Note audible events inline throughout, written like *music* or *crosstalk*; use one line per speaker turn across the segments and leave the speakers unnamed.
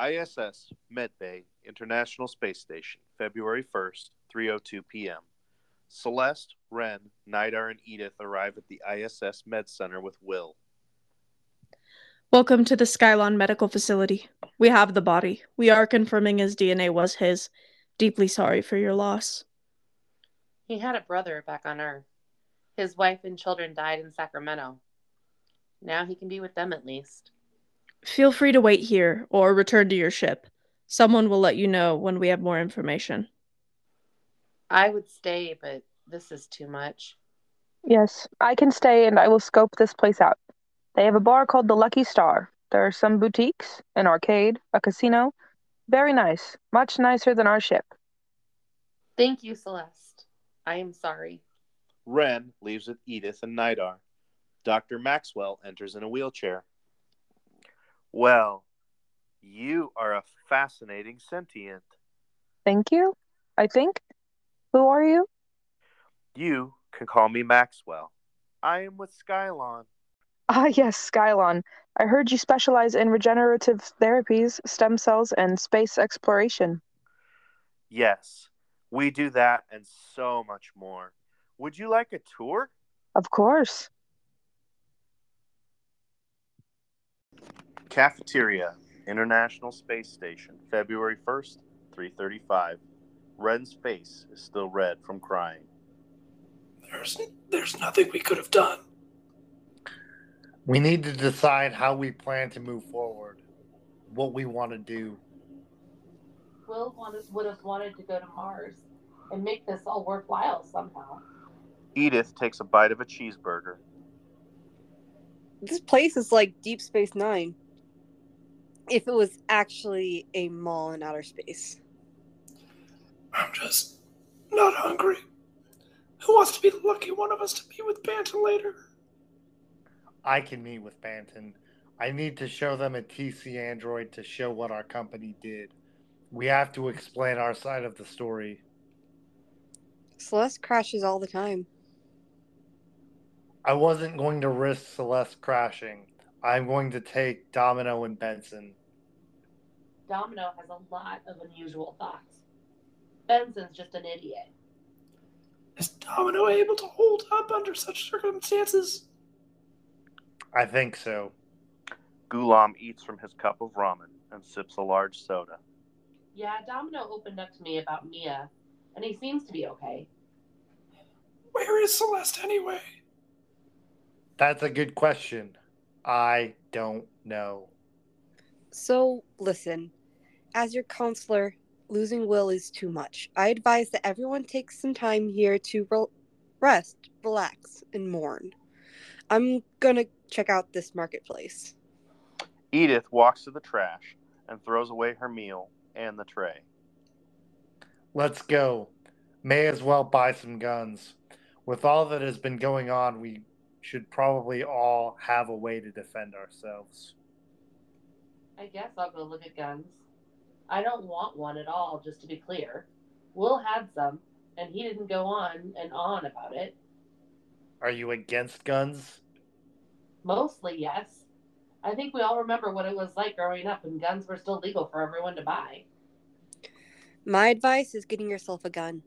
ISS Medbay International Space Station, February oh 1st, 3:02 p.m. Celeste, Wren, Nidar, and Edith arrive at the ISS Med Center with Will.
Welcome to the Skylon Medical Facility. We have the body. We are confirming his DNA was his. Deeply sorry for your loss.
He had a brother back on Earth. His wife and children died in Sacramento. Now he can be with them at least.
Feel free to wait here or return to your ship. Someone will let you know when we have more information.
I would stay, but this is too much.
Yes, I can stay and I will scope this place out. They have a bar called the Lucky Star. There are some boutiques, an arcade, a casino. Very nice, much nicer than our ship.
Thank you, Celeste. I am sorry.
Wren leaves with Edith and Nidar. Dr. Maxwell enters in a wheelchair. Well, you are a fascinating sentient.
Thank you, I think. Who are you? *laughs*
You can call me Maxwell. I am with Skylon.
Ah, yes, Skylon. I heard you specialize in regenerative therapies, stem cells, and space exploration.
Yes, we do that and so much more. Would you like a tour?
Of course.
Cafeteria, International Space Station, February 1st, 3:35. Ren's face is still red from crying.
There's, there's nothing we could have done.
We need to decide how we plan to move forward, what we want to do.
Will wanted, would have wanted to go to Mars and make this all worthwhile somehow.
Edith takes a bite of a cheeseburger.
This place is like Deep Space Nine. If it was actually a mall in outer space.
I'm just not hungry. Who wants to be the lucky one of us to be with Banta later?
I can meet with Banton. I need to show them a TC Android to show what our company did. We have to explain our side of the story.
Celeste crashes all the time.
I wasn't going to risk Celeste crashing. I'm going to take Domino and Benson.
Domino has a lot of unusual thoughts. Benson's just an idiot.
Is Domino able to hold up under such circumstances?
I think so.
Gulam eats from his cup of ramen and sips a large soda.
Yeah, Domino opened up to me about Mia, and he seems to be okay.
Where is Celeste anyway?
That's a good question. I don't know.
So, listen, as your counselor, losing Will is too much. I advise that everyone takes some time here to rel rest, relax, and mourn. I'm gonna check out this marketplace.
Edith walks to the trash and throws away her meal and the tray.
Let's go. May as well buy some guns. With all that has been going on, we should probably all have a way to defend ourselves.
I guess I'll go look at guns. I don't want one at all, just to be clear. Will had some, and he didn't go on and on about it.
Are you against guns?
Mostly, yes. I think we all remember what it was like growing up when guns were still legal for everyone to buy.
My advice is getting yourself a gun.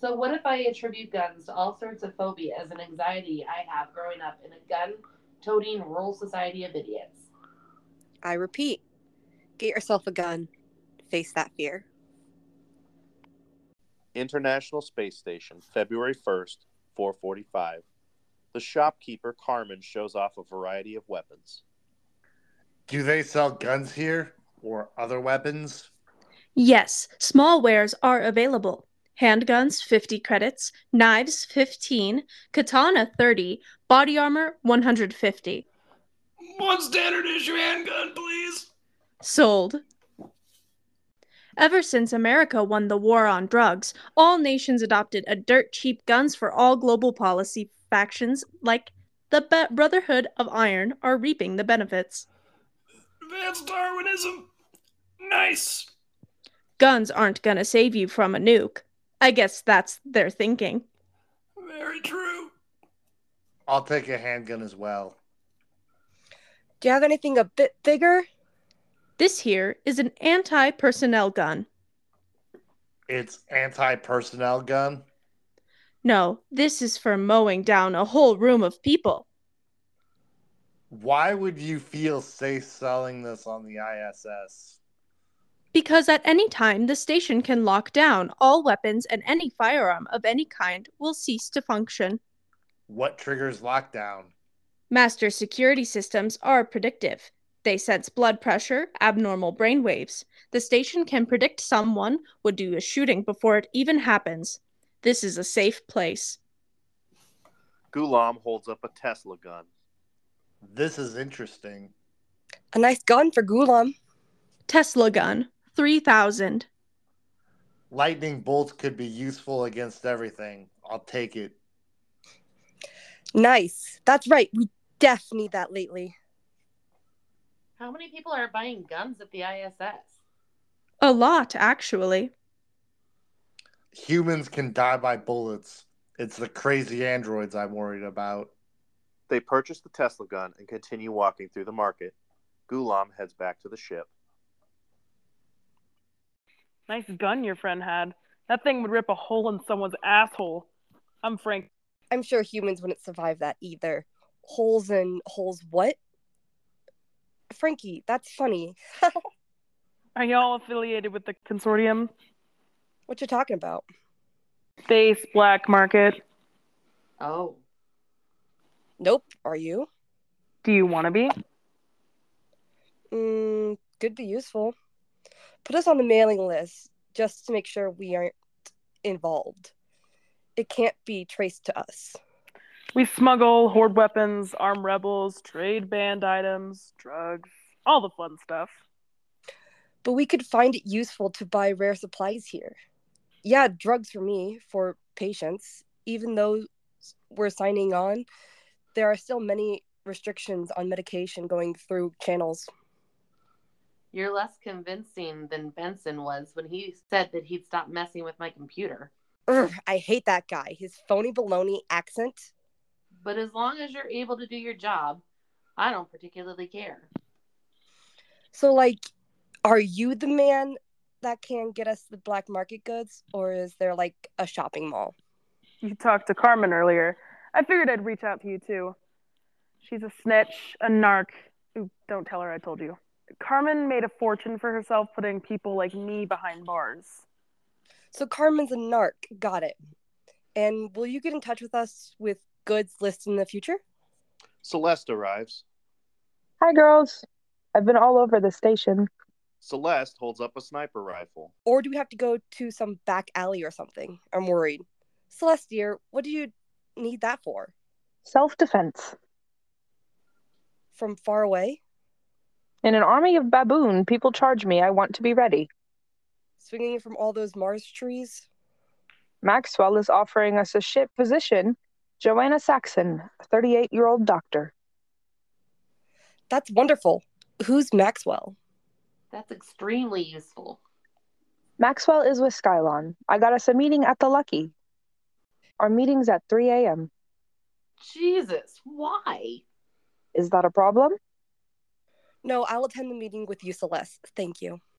So, what if I attribute guns to all sorts of phobias and anxiety I have growing up in a gun toting rural society of idiots?
I repeat, get yourself a gun. Face that fear.
International Space Station, February 1st, 4:45. The shopkeeper Carmen shows off a variety of weapons.
Do they sell guns here or other weapons?
Yes, small wares are available. Handguns 50 credits, knives 15, katana 30, body armor 150.
One standard issue handgun, please.
Sold. Ever since America won the war on drugs, all nations adopted a dirt cheap guns for all global policy factions like the Be- Brotherhood of Iron are reaping the benefits.
Advanced Darwinism. Nice.
Guns aren't gonna save you from a nuke. I guess that's their thinking.
Very true.
I'll take a handgun as well.
Do you have anything a bit bigger?
This here is an anti personnel gun.
It's anti-personnel gun.
No, this is for mowing down a whole room of people.
Why would you feel safe selling this on the ISS?
Because at any time, the station can lock down all weapons and any firearm of any kind will cease to function.
What triggers lockdown?
Master security systems are predictive. They sense blood pressure, abnormal brain waves. The station can predict someone would do a shooting before it even happens. This is a safe place.
Gulam holds up a Tesla gun.
This is interesting.
A nice gun for Gulam.
Tesla gun, 3000.
Lightning bolts could be useful against everything. I'll take it.
Nice. That's right. We def need that lately.
How many people are buying guns at the ISS?
A lot, actually.
Humans can die by bullets. It's the crazy androids I'm worried about.
They purchase the Tesla gun and continue walking through the market. Gulam heads back to the ship.
Nice gun your friend had. That thing would rip a hole in someone's asshole. I'm Frank.
I'm sure humans wouldn't survive that either. Holes in holes what? Frankie, that's funny. *laughs*
Are y'all affiliated with the consortium?
What you talking about?
Space Black Market.
Oh,
Nope. Are you?
Do you want to be?
Mm, could be useful. Put us on the mailing list just to make sure we aren't involved. It can't be traced to us.
We smuggle, hoard weapons, arm rebels, trade banned items, drugs, all the fun stuff.
But we could find it useful to buy rare supplies here. Yeah, drugs for me, for patients. Even though we're signing on, there are still many restrictions on medication going through channels.
you're less convincing than Benson was when he said that he'd stop messing with my computer.
Ugh, I hate that guy. His phony baloney accent.
But as long as you're able to do your job, I don't particularly care.
So, like, are you the man that can get us the black market goods, or is there like a shopping mall?
You talked to Carmen earlier. I figured I'd reach out to you too. She's a snitch, a narc. Ooh, don't tell her I told you. Carmen made a fortune for herself putting people like me behind bars.
So, Carmen's a narc. Got it. And will you get in touch with us with goods lists in the future?
Celeste arrives.
Hi, girls. I've been all over the station.
Celeste holds up a sniper rifle.
Or do we have to go to some back alley or something? I'm worried. Celeste, dear, what do you need that for?
Self defense.
From far away?
In an army of baboon, people charge me. I want to be ready.
Swinging from all those Mars trees?
Maxwell is offering us a ship position. Joanna Saxon, 38 year old doctor.
That's wonderful. Who's Maxwell?
That's extremely useful.
Maxwell is with Skylon. I got us a meeting at the Lucky. Our meeting's at 3 a.m.
Jesus, why?
Is that a problem?
No, I'll attend the meeting with you, Celeste. Thank you.